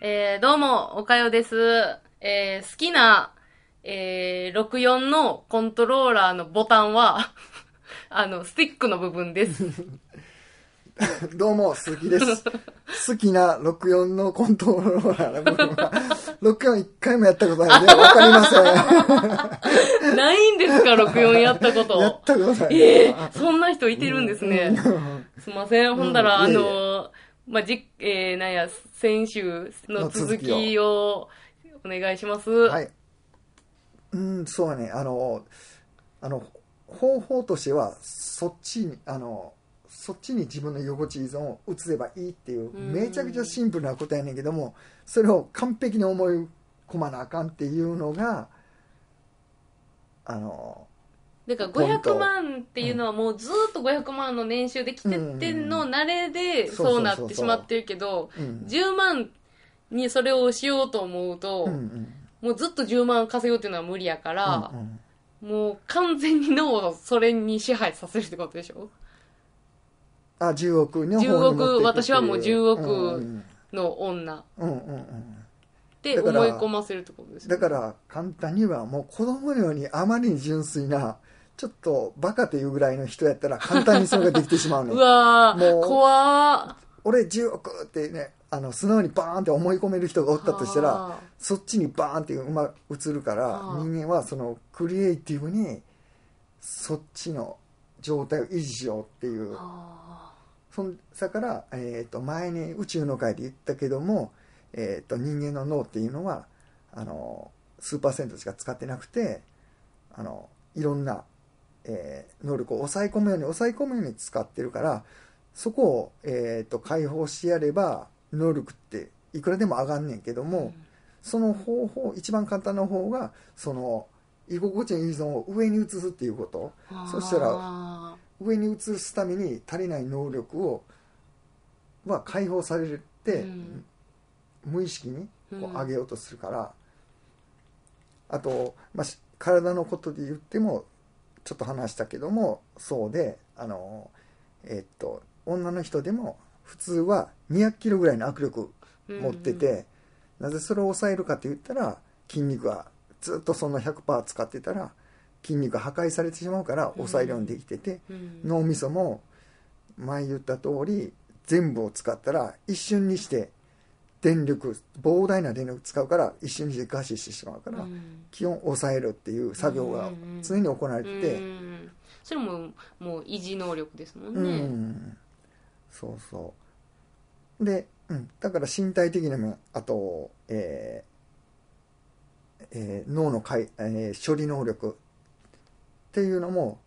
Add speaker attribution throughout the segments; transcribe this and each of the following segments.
Speaker 1: えー、どうも、おかよです。えー、好きな、えー、64のコントローラーのボタンは、 あの、スティックの部分 です。
Speaker 2: どうも、鈴木 です。好きな64のコントローラーの部分は、64一回もやったことな いんで、わかりません。
Speaker 1: ないんですか、64やったこ
Speaker 2: やっ
Speaker 1: と。
Speaker 2: たことない。
Speaker 1: えー、そんな人いてるんですね。すいません、ほんだら、あ
Speaker 2: うんいえいえ
Speaker 1: の、まあ、じ、えー、なんや、先週の続きを、お願いします。
Speaker 2: はい。うん、そうやね。あの、あの、方法としては、そっちに、あの、そっちに自分の横地依存を移せばいいっていう、
Speaker 1: うん
Speaker 2: めちゃくちゃシンプルなことやねんけども、それを完璧に思い込まなあかんっていうのが、あの、
Speaker 1: だから
Speaker 2: ポイント
Speaker 1: 500万っていうのはもうずーっと500万の年収で来てってんの
Speaker 2: う
Speaker 1: 慣れで
Speaker 2: そうそうそう
Speaker 1: そうなってしまってるけど、
Speaker 2: うん。
Speaker 1: 10万にそれをしようと思うと
Speaker 2: う、んうん
Speaker 1: もうずっと10万稼ごうっていうのは無理やから
Speaker 2: う、んうん
Speaker 1: もう完全に脳をそれに支配させるってことでしょ
Speaker 2: あ、10億の方に
Speaker 1: 10億
Speaker 2: 持っていくってい
Speaker 1: 私はもう10億
Speaker 2: うん
Speaker 1: の女っ
Speaker 2: うんうんうんうん。
Speaker 1: て思い込ませるってことですよ
Speaker 2: だ
Speaker 1: ね
Speaker 2: から簡単に言えばもう子供のようにあまりに純粋なちょっとバカというぐらいの人やったら簡単にそれができてしまう
Speaker 1: う
Speaker 2: のよ
Speaker 1: わー、
Speaker 2: もう
Speaker 1: 怖ー。
Speaker 2: 俺10億ってねあの素直にバーンって思い込める人がおったとしたら
Speaker 1: は
Speaker 2: そっちにバーンってうま移るから
Speaker 1: はあ
Speaker 2: 人間はそのクリエイティブにそっちの状態を維持しようってい
Speaker 1: ー
Speaker 2: う
Speaker 1: は
Speaker 2: そんだから、えー、と前に宇宙の回で言ったけども、えー、と人間の脳っていうのはあの数パーセントしか使ってなくてあのいろんな、えー能力を抑え込むように抑え込むように使ってるからそこを、えー、と解放してやれば能力っていくらでも上がんねんけど
Speaker 1: ー
Speaker 2: も、その方法一番簡単な方がその居心地の依存を上に移すっていうこと。そしたら
Speaker 1: あ
Speaker 2: 上に移すために足りない能力をは解放されて、
Speaker 1: うん
Speaker 2: 無意識に
Speaker 1: ー
Speaker 2: こ
Speaker 1: う
Speaker 2: うん上げようとするから、あと、まあ、し体のことで言ってもちょっと話したけどもそうであのえっと女の人でも普通は2 0 0キロぐらいの握力持ってて、なぜそれを抑えるかと言ったら筋肉がずっとその100%使ってたら筋肉が破壊されてしまうから抑えるようにできてて、
Speaker 1: うん、うん
Speaker 2: 脳みそも前言った通り全部を使ったら一瞬にして電力膨大な電力使うから一瞬にして餓死してしまうか
Speaker 1: う
Speaker 2: ら、
Speaker 1: ん
Speaker 2: 気温を抑えるっていう作業が常に行われてて、
Speaker 1: うんそれももう維持能力ですもん
Speaker 2: う
Speaker 1: ね、
Speaker 2: んそうそうで、うん、だから身体的なもあと、えーえー脳のかい、えー処理能力っていうのも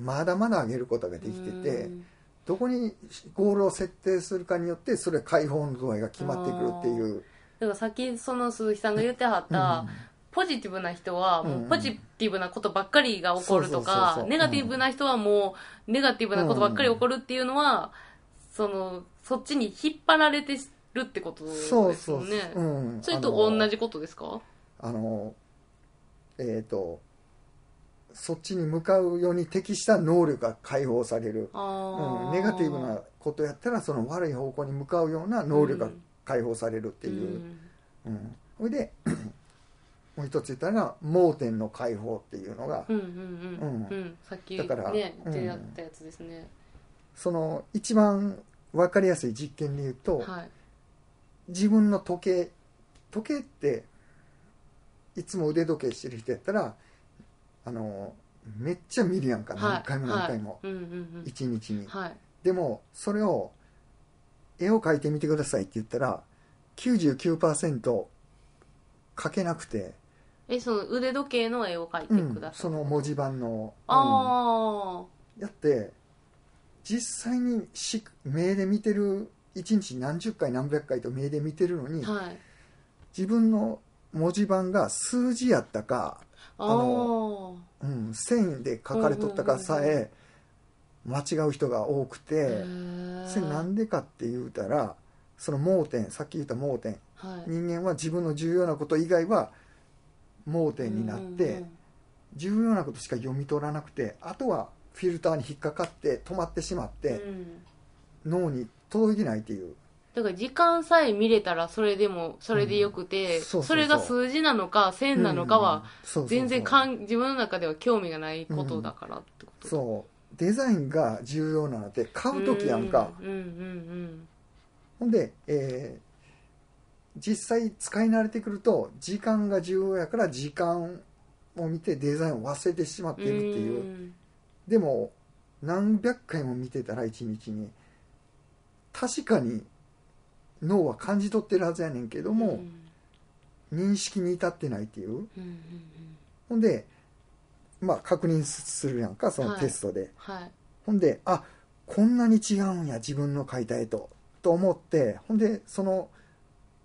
Speaker 2: まだまだ上げることができてて。
Speaker 1: うん
Speaker 2: どこにゴールを設定するかによってそれ解放の度合いが決まってくるっていう、
Speaker 1: だからさっきその鈴木さんが言ってはっ
Speaker 2: うん
Speaker 1: た、ポジティブな人はもううんポジティブなことばっかりが起こると
Speaker 2: そうそうそう
Speaker 1: か
Speaker 2: そう
Speaker 1: ネガティブな人はもうネガティブなことばっかり起こるっていうのは、そのそっちに引っ張られてるってことです
Speaker 2: そ
Speaker 1: よ
Speaker 2: う
Speaker 1: ね
Speaker 2: そう
Speaker 1: そ
Speaker 2: そう、うん、
Speaker 1: れと
Speaker 2: あの
Speaker 1: 同じことですか
Speaker 2: あのえっ、とそっちに向かうように適した能力が解放される、
Speaker 1: ああ
Speaker 2: うん、ネガティブなことやったらその悪い方向に向かうような能力が解放されるっていう、うんそれで もう一つ言ったのが盲点の解放っていうのが、
Speaker 1: うんうんうんうん、うん、さっきね
Speaker 2: だからうん
Speaker 1: 出会ったやつですね、
Speaker 2: その一番分かりやすい実験で言うと、
Speaker 1: はい
Speaker 2: 自分の時計時計っていつも腕時計してる人やったらあのめっちゃ見るやんか
Speaker 1: はい
Speaker 2: 何回も何回も、
Speaker 1: うんうんうん
Speaker 2: 一日に、
Speaker 1: はい
Speaker 2: でもそれを絵を描いてみてくださいって言ったら99%描けなくて、
Speaker 1: えその腕時計の絵を描いて
Speaker 2: うん
Speaker 1: ください、
Speaker 2: その文字盤の、うん
Speaker 1: あ
Speaker 2: やって実際にし目で見てる一日何十回何百回と目で見てるのに、
Speaker 1: あはい
Speaker 2: 自分の文字盤が数字やったか、
Speaker 1: あ
Speaker 2: の
Speaker 1: の
Speaker 2: うん、線で書かれとったかさえ間違う人が多くてそれなんでかって言うたらその盲点さっき言った盲点
Speaker 1: はい
Speaker 2: 人間は自分の重要なこと以外は盲点になって重要なことしか読み取らなくてあとはフィルターに引っかかって止まってしまっ
Speaker 1: うんう
Speaker 2: て
Speaker 1: ん
Speaker 2: 脳に届いてないっていう
Speaker 1: だから時間さえ見れたらそれでも、それでよくて、
Speaker 2: うんそうそうそう
Speaker 1: それが数字なのか線なのか
Speaker 2: うん
Speaker 1: は、
Speaker 2: そうそうそう
Speaker 1: 全然かん自分の中では興味がないことだからってこと。
Speaker 2: そうデザインが重要なので買う時やんか
Speaker 1: うんうん
Speaker 2: ほんで、えー実際使い慣れてくると時間が重要やから時間を見てデザインを忘れてしまって
Speaker 1: うん。
Speaker 2: いるっていう
Speaker 1: うん
Speaker 2: でも何百回も見てたら一日に確かに脳は感じ取ってるはずやねんけども、認識に至ってないっていう
Speaker 1: うんうんうんうん
Speaker 2: ほんでまあ確認するやんかその
Speaker 1: はい
Speaker 2: テストで、
Speaker 1: はい。
Speaker 2: ほんであこんなに違うんや自分の描いた絵とと思ってほんでその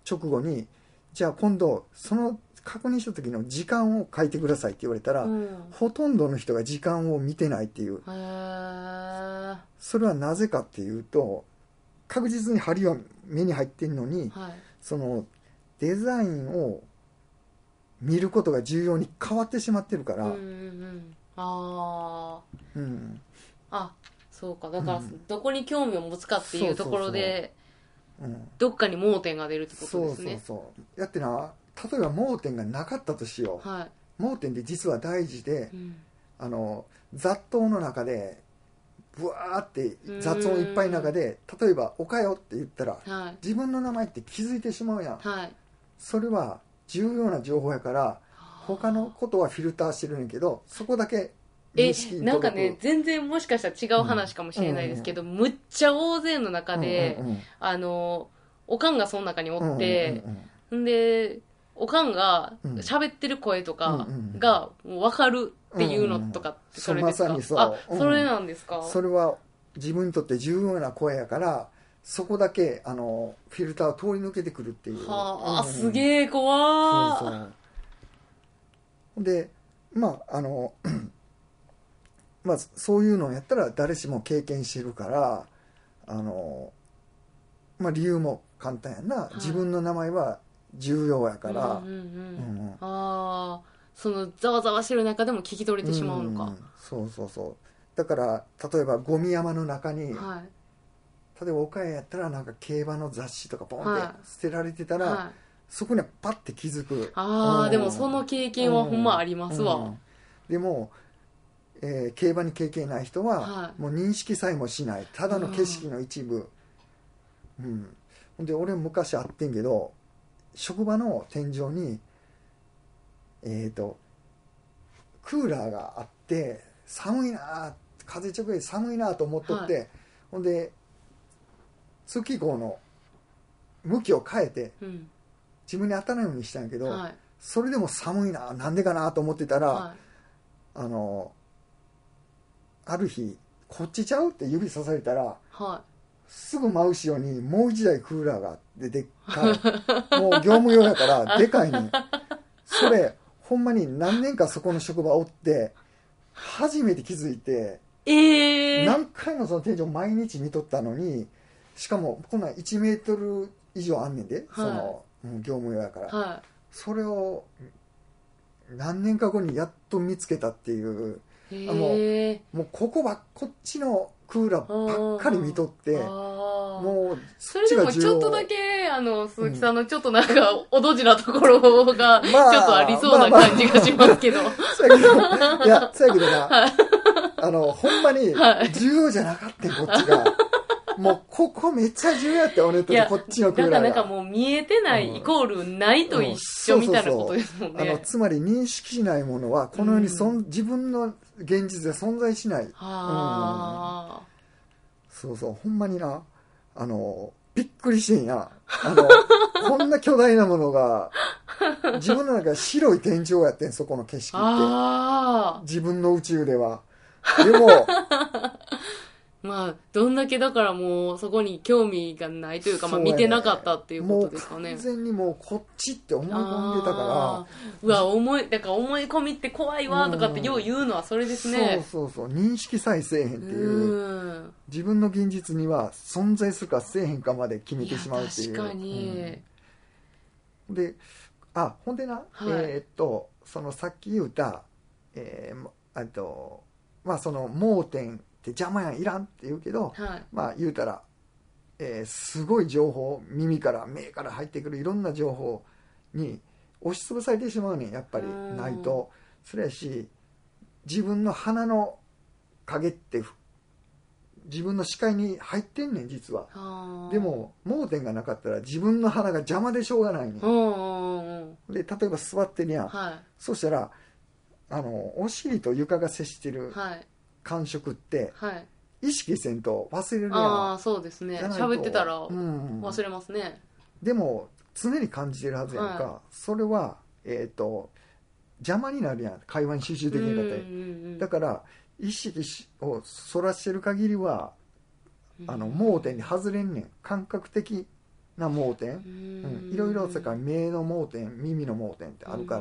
Speaker 2: 直後にじゃあ今度その確認した時の時間を書いてくださいって言われたら、
Speaker 1: うん。へ
Speaker 2: ほとんどの人が時間を見てないっていう
Speaker 1: ー
Speaker 2: それはなぜかっていうと確実に針は目に入ってんのに
Speaker 1: はい。
Speaker 2: そのデザインを見ることが重要に変わってしまってるか
Speaker 1: う
Speaker 2: ら、
Speaker 1: んうんうん。ああ。
Speaker 2: うん
Speaker 1: あ、そうか。だから、
Speaker 2: うん
Speaker 1: どこに興味を持つかっていうところで、
Speaker 2: うん
Speaker 1: どっかに盲点が出るってこと
Speaker 2: そ
Speaker 1: で
Speaker 2: う
Speaker 1: す
Speaker 2: そう
Speaker 1: ね。
Speaker 2: そうだってな例えば盲点がなかったとしよう、
Speaker 1: はい。
Speaker 2: 盲点って実は大事で
Speaker 1: うん
Speaker 2: あの雑踏の中でブワーって雑音いっぱいの中で例えば「おかよ」って言ったら
Speaker 1: はい。
Speaker 2: 自分の名前って気づいてしまうやん
Speaker 1: はい。
Speaker 2: それは重要な情報やから他のことはフィルターしてるんやけどそこだけ
Speaker 1: え
Speaker 2: 認識、に
Speaker 1: なん
Speaker 2: 届
Speaker 1: か
Speaker 2: く
Speaker 1: ね、全然もしかしたら違う話かもしれないですけど、むっちゃ大勢の中で、
Speaker 2: うんうんうん
Speaker 1: あの、おかんがその中におって
Speaker 2: う、んうんうん
Speaker 1: んで、おかんが
Speaker 2: うん
Speaker 1: 喋ってる声とか
Speaker 2: うんうん
Speaker 1: がもう分かるっていうのとかってそれですか、
Speaker 2: うんうんうんそうまさにそう
Speaker 1: あ、
Speaker 2: うん
Speaker 1: それなんですか、
Speaker 2: それは自分にとって重要な声やからそこだけあのフィルターを通り抜けてくるっていう、
Speaker 1: はあ、
Speaker 2: うんうん
Speaker 1: すげえ怖ー
Speaker 2: そうそうでまああの まあそういうのをやったら誰しも経験してるからあのまあ理由も簡単やな、
Speaker 1: い
Speaker 2: 自分の名前は重要やから、
Speaker 1: うんうんうん
Speaker 2: うんうん
Speaker 1: ああそのざわざわしてる中でも聞き取れてしまうの
Speaker 2: ん
Speaker 1: か、
Speaker 2: そうそうそうだから例えばゴミ山の中に、
Speaker 1: は
Speaker 2: 例えば岡谷やったらなんか競馬の雑誌とかポンって
Speaker 1: はい
Speaker 2: 捨てられてた
Speaker 1: い、
Speaker 2: ら、
Speaker 1: はい、
Speaker 2: そこにはパッて気づく
Speaker 1: あ
Speaker 2: う
Speaker 1: あ
Speaker 2: ん
Speaker 1: でもその経験はほんまありますわ、
Speaker 2: うんでも、えー競馬に経験ない人は、
Speaker 1: はい
Speaker 2: もう認識さえもしないただの景色の一部うん、ほんで俺昔会ってんけど職場の天井にえっ、とクーラーがあって寒いなー風直で寒いなーと思っとって、ほんで通気口の向きを変えて
Speaker 1: うん
Speaker 2: 自分に当たらないようにしたんやけど、
Speaker 1: はい
Speaker 2: それでも寒いななんでかなと思ってたら、
Speaker 1: は
Speaker 2: あのある日「こっちちゃう?」って指さされたら
Speaker 1: いは
Speaker 2: すぐ真後ろにもう一台クーラーがあってでっ かいもう業務用やからでかいねんそれほんまに何年かそこの職場おって初めて気づいて
Speaker 1: いええー、
Speaker 2: 何回もその天井毎日見とったのにしかもこんなん1メートル以上あんねんで、その、うん業務用やから、
Speaker 1: は
Speaker 2: それを何年か後にやっと見つけたっていう
Speaker 1: い
Speaker 2: あもう
Speaker 1: へえ
Speaker 2: もうここばっこっちのクーラーばっかり見とって
Speaker 1: もう
Speaker 2: もう
Speaker 1: それでも
Speaker 2: こっちが
Speaker 1: ち
Speaker 2: 重要
Speaker 1: ょっとだけあの鈴木さんのちょっとなんかおどじなところが、ち
Speaker 2: ま
Speaker 1: ょ
Speaker 2: あ
Speaker 1: っとありそうな
Speaker 2: まあまあ
Speaker 1: 感じがしますけど、
Speaker 2: そうやけどいやそうやけどなあのほんまに
Speaker 1: はい
Speaker 2: 重要じゃなかったこっち がもうここめっちゃ重要やって俺にと
Speaker 1: い
Speaker 2: って
Speaker 1: や
Speaker 2: こっちのク
Speaker 1: だ
Speaker 2: ー
Speaker 1: からな
Speaker 2: ラー
Speaker 1: んか
Speaker 2: が
Speaker 1: もう見えてないイコールないと一緒みたいなことですもんね、
Speaker 2: あのつまり認識しないものはこの世にそん、自分の現実では存在しない
Speaker 1: ああ、
Speaker 2: そうそうほんまになあのびっくりしてんやあ のこんな巨大なものが自分の中で白い天井やってんそこの景色って。
Speaker 1: ああ
Speaker 2: 自分の宇宙で は。でも、
Speaker 1: まあどんだけだからもうそこに興味がないというかまあ
Speaker 2: そうやね
Speaker 1: 見てなかったっていうこ
Speaker 2: も
Speaker 1: と
Speaker 2: う
Speaker 1: ですかね
Speaker 2: 完全にもうこっちって思い込んでた
Speaker 1: あ
Speaker 2: か
Speaker 1: ーうわ思いだから思い込みって怖いわとかってよう言うのはそれ
Speaker 2: ら、
Speaker 1: ですね
Speaker 2: そうそうそう、認識さえせえへんっ
Speaker 1: う
Speaker 2: ていう、
Speaker 1: ん
Speaker 2: 自分の現実には存在するかせえへんかまで決め
Speaker 1: い
Speaker 2: て
Speaker 1: や
Speaker 2: しまうっていう。
Speaker 1: 確かに、
Speaker 2: うんで、あ、ほんでな、えーっと、そのさっき言うた、えーも、あと、まあその盲点って邪魔やんいらんって言うけど、
Speaker 1: はい
Speaker 2: まあ言うたら、えーすごい情報耳から目から入ってくるいろんな情報に押しつぶされてしまうねんやっぱり
Speaker 1: うん
Speaker 2: ないとそれやし自分の鼻の影ってふ自分の視界に入ってんねん実は
Speaker 1: あー
Speaker 2: で、も盲点がなかったら自分の鼻が邪魔でしょうがないねん
Speaker 1: うんうんうん。
Speaker 2: で例えば座ってるやん
Speaker 1: は
Speaker 2: そしたらあのお尻と床が接して
Speaker 1: い。
Speaker 2: る
Speaker 1: はい。
Speaker 2: 感触って
Speaker 1: はい。
Speaker 2: 意識せんと忘れるやん
Speaker 1: ああ、そうですね。
Speaker 2: じゃないと
Speaker 1: 喋ってたら
Speaker 2: うん
Speaker 1: 忘れますね。
Speaker 2: でも常に感じてるはずやんか、それは、えっと邪魔になるやん会話に集中できなかったり、
Speaker 1: ん
Speaker 2: だから意識しをそらしてる限りはあの盲点に外れんねん感覚的な盲点、うんいろいろそれから目の盲点耳の盲点ってあるか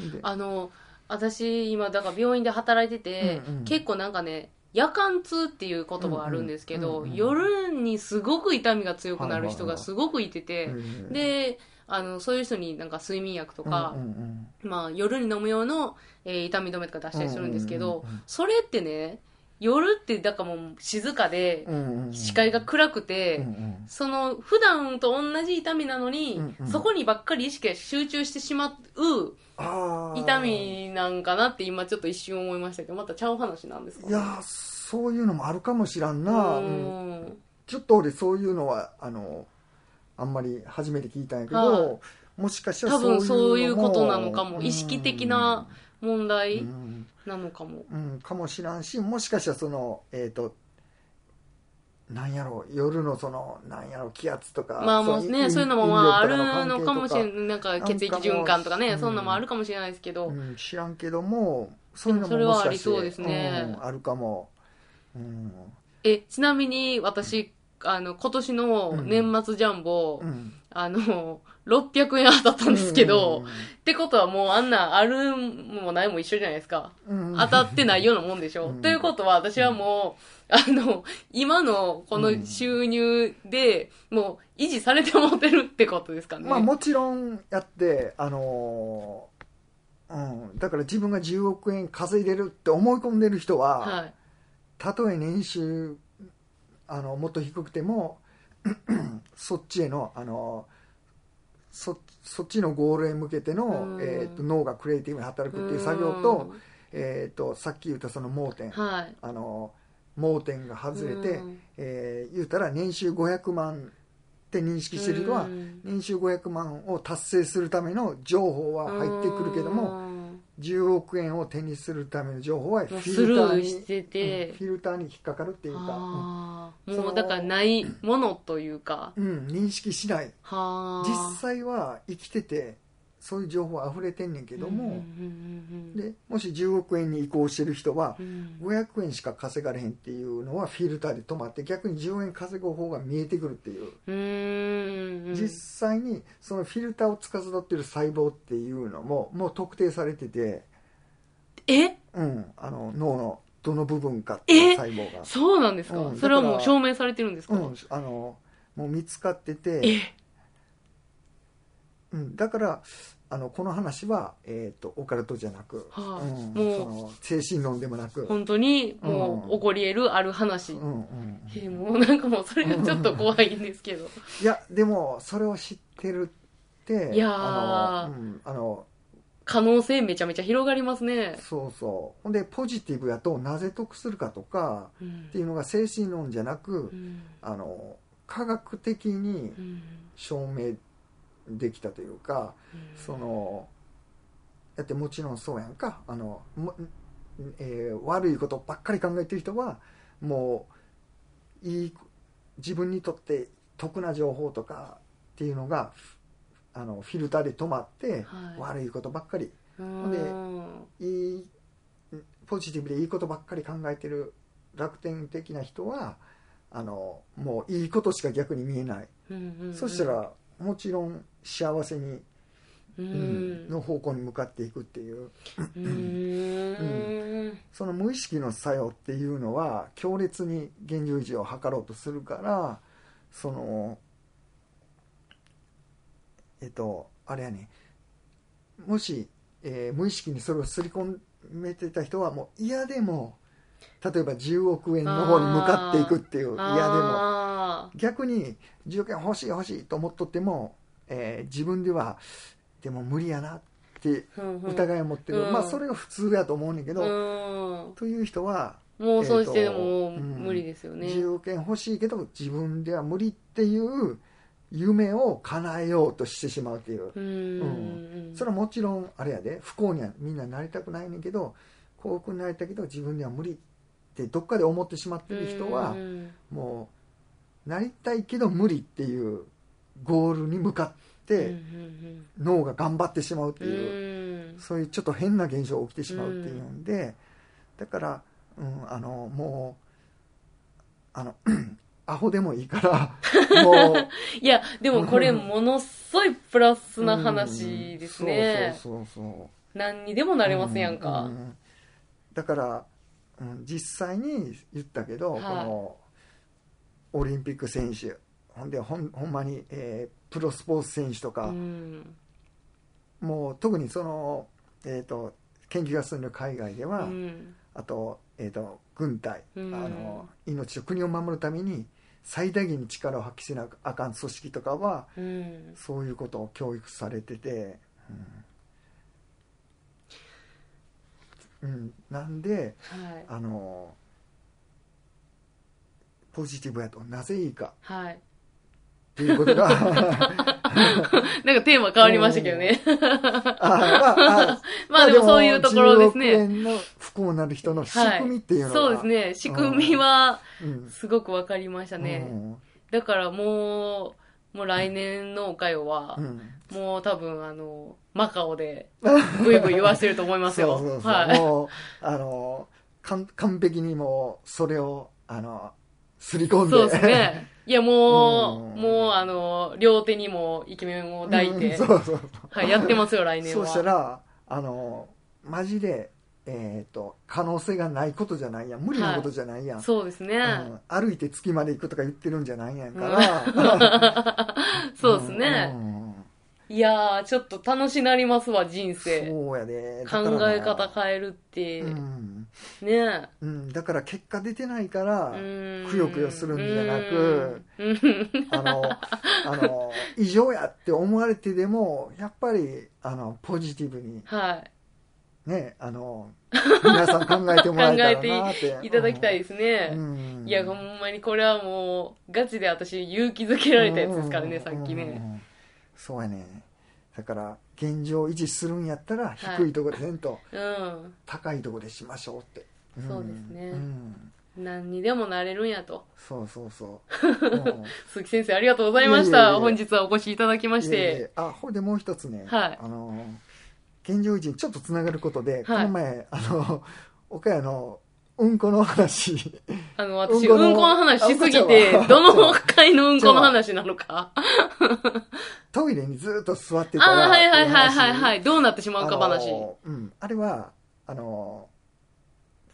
Speaker 2: ら、で
Speaker 1: あの私今だから病院で働いてて、
Speaker 2: うんうん
Speaker 1: 結構なんかね夜間痛っていう言葉があるんですけど、
Speaker 2: うんうんうんうん
Speaker 1: 夜にすごく痛みが強くなる人がすごくいてて、
Speaker 2: うん
Speaker 1: であのそういう人になんか睡眠薬とか
Speaker 2: うん、うん
Speaker 1: まあ、夜に飲む用の、えー痛み止めとか出したりするんですけど、
Speaker 2: うんうんうん
Speaker 1: それってね夜ってだからもう静かで
Speaker 2: うんうんうん
Speaker 1: 視界が暗くて、
Speaker 2: うんうん
Speaker 1: その普段と同じ痛みなのに、
Speaker 2: うんうん
Speaker 1: そこにばっかり意識が集中してしまう
Speaker 2: あー
Speaker 1: 痛みなんかなって今ちょっと一瞬思いましたけどまたちゃう話なんですか
Speaker 2: いやーそういうのもあるかもしらん
Speaker 1: う
Speaker 2: な、うん
Speaker 1: ん
Speaker 2: ちょっと俺そういうのはあのあんまり初めて聞いたんやけど、
Speaker 1: は
Speaker 2: もしかしたら
Speaker 1: 多分そういう
Speaker 2: のも
Speaker 1: ことなのかも意識的な問
Speaker 2: う
Speaker 1: 題
Speaker 2: ん、
Speaker 1: なのかも
Speaker 2: うんうんかもしらんしもしかしたらそのえっ、となんやろう夜のそのなんやろう気圧とか
Speaker 1: まあもうねそういうのもまああるのかもしれないなんか血液循環とか
Speaker 2: なんかも
Speaker 1: ね
Speaker 2: う
Speaker 1: そんなのもあるかもしれないですけど
Speaker 2: うん、知らんけどもそういうのも
Speaker 1: でも
Speaker 2: も
Speaker 1: それはあ
Speaker 2: しか
Speaker 1: り
Speaker 2: して
Speaker 1: そうですね
Speaker 2: うんあるかも、うん
Speaker 1: えちなみに私あの今年の年末ジャンボ
Speaker 2: うん、
Speaker 1: あの600円当たったんですけどってことはもうあんなあるもないも一緒じゃないですか
Speaker 2: うん、うん
Speaker 1: 当たってないようなもんでしょ。
Speaker 2: うん
Speaker 1: ということは、私はもう、あの、今のこの収入で、もう維持されてもてるってことですかね。
Speaker 2: まあもちろんやって、あのーうん、だから自分が10億円稼いでるって思い込んでる人は、
Speaker 1: はい。
Speaker 2: たとえ年収あのもっと低くても そっちへの、あのそそっちのゴールへ向けて
Speaker 1: う
Speaker 2: の
Speaker 1: ん、
Speaker 2: えー、と脳がクリエイティブに働くっていう作業と,、えー、とさっき言ったその盲点、
Speaker 1: うん、はい。
Speaker 2: あの盲点が外れて
Speaker 1: う、ん
Speaker 2: えー言うたら年収500万って認識してる人は、
Speaker 1: うん
Speaker 2: 年収500万を達成するための情報は入ってくるけども
Speaker 1: うん
Speaker 2: 10億円を手にするための情報はフ
Speaker 1: もう
Speaker 2: ィ
Speaker 1: ス
Speaker 2: ル
Speaker 1: ル
Speaker 2: ター
Speaker 1: ー
Speaker 2: に
Speaker 1: してて
Speaker 2: うん、フィルターに引っかかるっていうか、
Speaker 1: あ
Speaker 2: うん
Speaker 1: ーもうだからないものというか、
Speaker 2: うんうん認識しない
Speaker 1: はー
Speaker 2: 実際は生きててそういう情報あふれてんねんけど
Speaker 1: うんうん
Speaker 2: も、
Speaker 1: うんうん
Speaker 2: でもし10億円に移行してる人は
Speaker 1: うん
Speaker 2: 500円しか稼がれへんっていうのはフィルターで止まって逆に10円稼ぐ方が見えてくるっていう、
Speaker 1: うーん
Speaker 2: 実際にそのフィルターを司ってる細胞っていうのももう特定されてて。
Speaker 1: え
Speaker 2: うん、あの脳のどの部分かっていう細胞が、
Speaker 1: そうなんですか、
Speaker 2: うん
Speaker 1: それはも
Speaker 2: だ
Speaker 1: う
Speaker 2: から
Speaker 1: 証明されてるんですか、
Speaker 2: うん、あのもう見つかってて、
Speaker 1: え
Speaker 2: うん、だからあのこの話は、えー、とオカルトじゃなく、
Speaker 1: はあ
Speaker 2: うん、
Speaker 1: もう
Speaker 2: その精神論でもなく、
Speaker 1: 本当にもう
Speaker 2: うん
Speaker 1: 起こり得るある話、
Speaker 2: うんうん、
Speaker 1: えーもうなんかもうそれがちょっと怖いんですけ ど、
Speaker 2: いやでもそれを知ってるって
Speaker 1: いやー
Speaker 2: あの、うん、あの
Speaker 1: 可能性めちゃめちゃ広がりますね、
Speaker 2: そうそうほんでポジティブやとなぜ得するかとか
Speaker 1: うん
Speaker 2: っていうのが精神論じゃな
Speaker 1: う
Speaker 2: く
Speaker 1: ん
Speaker 2: あの科学的に
Speaker 1: うん
Speaker 2: 証明できたというか、そのだってもちろんそうやんかあの、もえー悪いことばっかり考えてる人はもういい自分にとって得な情報とかっていうのがあのフィルターで止まって、
Speaker 1: はい
Speaker 2: 悪いことばっかり
Speaker 1: うん
Speaker 2: でいいポジティブでいいことばっかり考えてる楽天的な人はあのもういいことしか逆に見えない、
Speaker 1: うんうん
Speaker 2: そしたらもちろん幸せに
Speaker 1: うん
Speaker 2: うんの方向に向かっていくっていう
Speaker 1: うんうん
Speaker 2: その無意識の作用っていうのは強烈に現状維持を図ろうとするからそのえっとあれやねもし、えー無意識にそれをすり込めてた人はもう嫌でも例えば10億円の方に向かっていくっていう嫌でも
Speaker 1: ああ
Speaker 2: 逆に10億円欲しい欲しいと思っとっても、えー自分ではでも無理やなって
Speaker 1: あ。うんうん
Speaker 2: 疑いを持ってる、
Speaker 1: うん
Speaker 2: まあそれが普通やと思うねんだけど、
Speaker 1: うん。
Speaker 2: という人は
Speaker 1: もうそうしてでも、
Speaker 2: えーとうん
Speaker 1: 無理ですよね。
Speaker 2: 10億円欲しいけど自分では無理っていう夢を叶えようとしてしまうっていう、
Speaker 1: うんうん。
Speaker 2: それはもちろんあれやで不幸にはみんななりたくないねんけど幸福になりたいけど自分では無理ってどっかで思ってしまってる人は、
Speaker 1: うん
Speaker 2: もうなりたいけど無理っていうゴールに向かっ
Speaker 1: うんう
Speaker 2: て
Speaker 1: ん
Speaker 2: 脳が頑張ってしまうって
Speaker 1: う
Speaker 2: いう、
Speaker 1: ん。
Speaker 2: そういうちょっと変な現象が起きてしまうっていうんで、だから、うん、あのもうあの アホでもいいから もう
Speaker 1: いや、でもこれものすごいプラスな話ですね。
Speaker 2: うんそうそうそうそう
Speaker 1: 何にでもなれますやん
Speaker 2: う
Speaker 1: か
Speaker 2: う。んだから、うん、実際に言ったけど、
Speaker 1: はい
Speaker 2: このオリンピック選手ほんでほんほんまに、えープロスポーツ選手と
Speaker 1: う
Speaker 2: か、
Speaker 1: ん。
Speaker 2: もう特にその、えー、と研究が進んでる海外で
Speaker 1: う
Speaker 2: は、
Speaker 1: ん。
Speaker 2: あと,、えー、と軍隊、
Speaker 1: うん
Speaker 2: あの命と国を守るために最大限に力を発揮せなあかん組織とかは
Speaker 1: うん。
Speaker 2: そういうことを教育されてて、うんうん、なんで
Speaker 1: はい。
Speaker 2: あのポジティブやとなぜいいか
Speaker 1: はい。
Speaker 2: っていうこと が
Speaker 1: なんかテーマ変わりましたけどね。
Speaker 2: あ、まあ、あ
Speaker 1: まあでもそういうところです
Speaker 2: 10億
Speaker 1: ね。
Speaker 2: 円の不幸になる人の仕
Speaker 1: はい。
Speaker 2: 組みっていうのが、
Speaker 1: そうですね。仕組みは
Speaker 2: うん
Speaker 1: すごくわかりました
Speaker 2: う
Speaker 1: ね。
Speaker 2: ん
Speaker 1: だからもう、もう来年のおかよは
Speaker 2: う、ん
Speaker 1: もう多分あの、マカオで、ブイブイ言わせてると思いますよ。
Speaker 2: そうそうそう
Speaker 1: はい。
Speaker 2: もうあの完完璧にもうそれをあのすり込んで
Speaker 1: そうです ね。いや、もう、
Speaker 2: うん
Speaker 1: もう、あの、両手にもイケメンを抱い
Speaker 2: うん
Speaker 1: て、
Speaker 2: そうそう
Speaker 1: はい、やってますよ、来年
Speaker 2: そ
Speaker 1: は。
Speaker 2: うしたらあのマジで、えー、と可能性がないことじゃないやん無理なことじゃないやん、
Speaker 1: そうですね。
Speaker 2: うん歩いて月まで行くとか言ってるんじゃないやんから、
Speaker 1: そうですね。
Speaker 2: ん
Speaker 1: いやー、ちょっと楽しなりますわ、人生。
Speaker 2: そうやで
Speaker 1: 考え方変えるって、
Speaker 2: えうん
Speaker 1: ね
Speaker 2: うん、だから結果出てないから、
Speaker 1: え。
Speaker 2: くよくよするんじゃなく
Speaker 1: うん、うん
Speaker 2: あの、 あの、異常やって思われてでも、やっぱり、あの、ポジティブに、
Speaker 1: はい。
Speaker 2: ね、あの、皆さん考えてもらえ たらなって。
Speaker 1: いただきたい
Speaker 2: で
Speaker 1: ですね。
Speaker 2: うん
Speaker 1: いや、ほんまにこれはもう、ガチで私、勇気づけられたやつですからね、
Speaker 2: うん
Speaker 1: さっき
Speaker 2: う
Speaker 1: ね。
Speaker 2: んそうやね。だから、現状維持するんやったら、低いところでせんと、
Speaker 1: うん。
Speaker 2: 高いところでしましょうって。ん
Speaker 1: そうですね
Speaker 2: うん
Speaker 1: 何にでもなれるんやと。
Speaker 2: そうそ うそう。うん
Speaker 1: 鈴木先生、ありがとうございまし
Speaker 2: いえいえい
Speaker 1: た。
Speaker 2: え
Speaker 1: 本日はお越しいただきまし
Speaker 2: いえい
Speaker 1: て。
Speaker 2: えあほいでもう一つね、
Speaker 1: はい
Speaker 2: あの現状維持にちょっとつながることで、この前あの岡谷のうんこの話
Speaker 1: あの、私、
Speaker 2: うんこ
Speaker 1: う
Speaker 2: の
Speaker 1: んこの話しすぎて
Speaker 2: あうんこ、ちゃうわ
Speaker 1: どの回のうんこの話なのか。あ
Speaker 2: トイレにずっと座って
Speaker 1: あー、
Speaker 2: たら
Speaker 1: はいはいはいはいはいい。どうなってしまうか
Speaker 2: あ
Speaker 1: 話。
Speaker 2: の、うん、あれはあの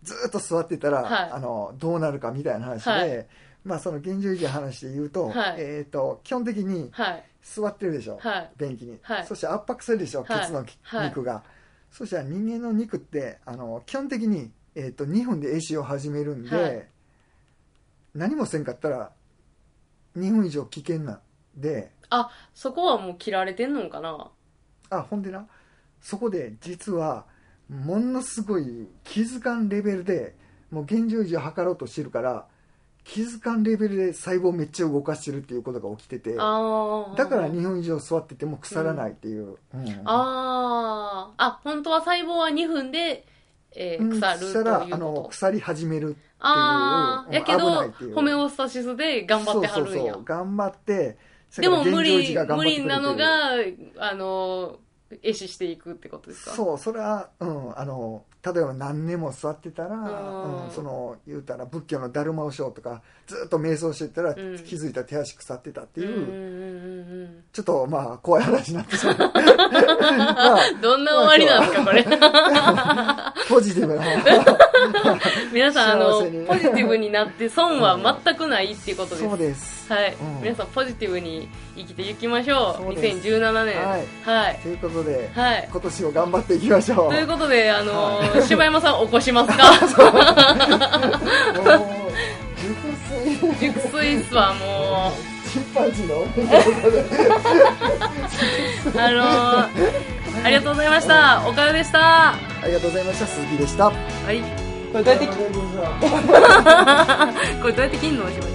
Speaker 2: ずっと座ってたら、
Speaker 1: はい
Speaker 2: あのどうなるかみたいな話で、
Speaker 1: はい
Speaker 2: まあその現状維持の話で言うと,、
Speaker 1: はい
Speaker 2: えー、と基本的に
Speaker 1: はい。
Speaker 2: 座ってるでしょ、
Speaker 1: はい。
Speaker 2: 便器に、
Speaker 1: はい
Speaker 2: そして圧迫するでしょ、
Speaker 1: はい
Speaker 2: ケツのき
Speaker 1: はい
Speaker 2: 肉が、そしたら人間の肉ってあの基本的に、えー、と2分で壊死を始めるんで、
Speaker 1: はい
Speaker 2: 何もせんかったら2分以上危険なんで
Speaker 1: あ、そこはもう切られてんのかな。
Speaker 2: あほんでなそこで実はものすごい気づかんレベルでもう現状維持を図ろうとしてるから気づかんレベルで細胞をめっちゃ動かしてるっていうことが起きててだ
Speaker 1: ああ。
Speaker 2: から2分以上座ってても腐らないっていう、うん
Speaker 1: ああ。あ、本当は細胞は2分で、えー腐ると
Speaker 2: したら
Speaker 1: い
Speaker 2: あ
Speaker 1: う
Speaker 2: の
Speaker 1: こ
Speaker 2: 腐り始める
Speaker 1: と。あ
Speaker 2: う
Speaker 1: あ。
Speaker 2: ん
Speaker 1: やけ
Speaker 2: 危ない
Speaker 1: ど
Speaker 2: ってい、う
Speaker 1: ホメオスタシスで頑張ってはる
Speaker 2: そ
Speaker 1: ん
Speaker 2: うそう
Speaker 1: や
Speaker 2: そう。頑張って
Speaker 1: でも
Speaker 2: だから
Speaker 1: 無
Speaker 2: 現状維持
Speaker 1: 理
Speaker 2: が、頑張
Speaker 1: 無
Speaker 2: ってくれて
Speaker 1: 理
Speaker 2: る
Speaker 1: なのが、あの、壊死していくってことですか
Speaker 2: そうそれは、うん、あの例えば何年も座ってたら、
Speaker 1: うん
Speaker 2: うんその言うたら仏教の達磨和尚とかずっと瞑想してたら、
Speaker 1: ん
Speaker 2: 気づいたら手足腐ってたっていう、
Speaker 1: んうんうんうん
Speaker 2: ちょっとまあ怖い話になってしま うまあ
Speaker 1: うん。 どんな終わりなんですか、これ。
Speaker 2: ポジティブな
Speaker 1: 皆さん、あの
Speaker 2: 幸せに、
Speaker 1: ポジティブになって損は全くないっていうことです。
Speaker 2: そうです
Speaker 1: はい、
Speaker 2: うん
Speaker 1: 皆さん、ポジティブに生きていきましょう。
Speaker 2: そうです
Speaker 1: 2017年。
Speaker 2: はい
Speaker 1: はい。
Speaker 2: ということで、
Speaker 1: はい
Speaker 2: 今年を頑張っていきましょう
Speaker 1: ということ で、あの柴山さん起こしますか
Speaker 2: もう熟睡
Speaker 1: 熟睡っすわ、も
Speaker 2: チンパンジーの
Speaker 1: う。 あのー、ありがとうございました。おかよでした。
Speaker 2: ありがとうございました鈴木でした
Speaker 1: はい。
Speaker 3: これどうやって
Speaker 1: これどうやって切んのおしまい。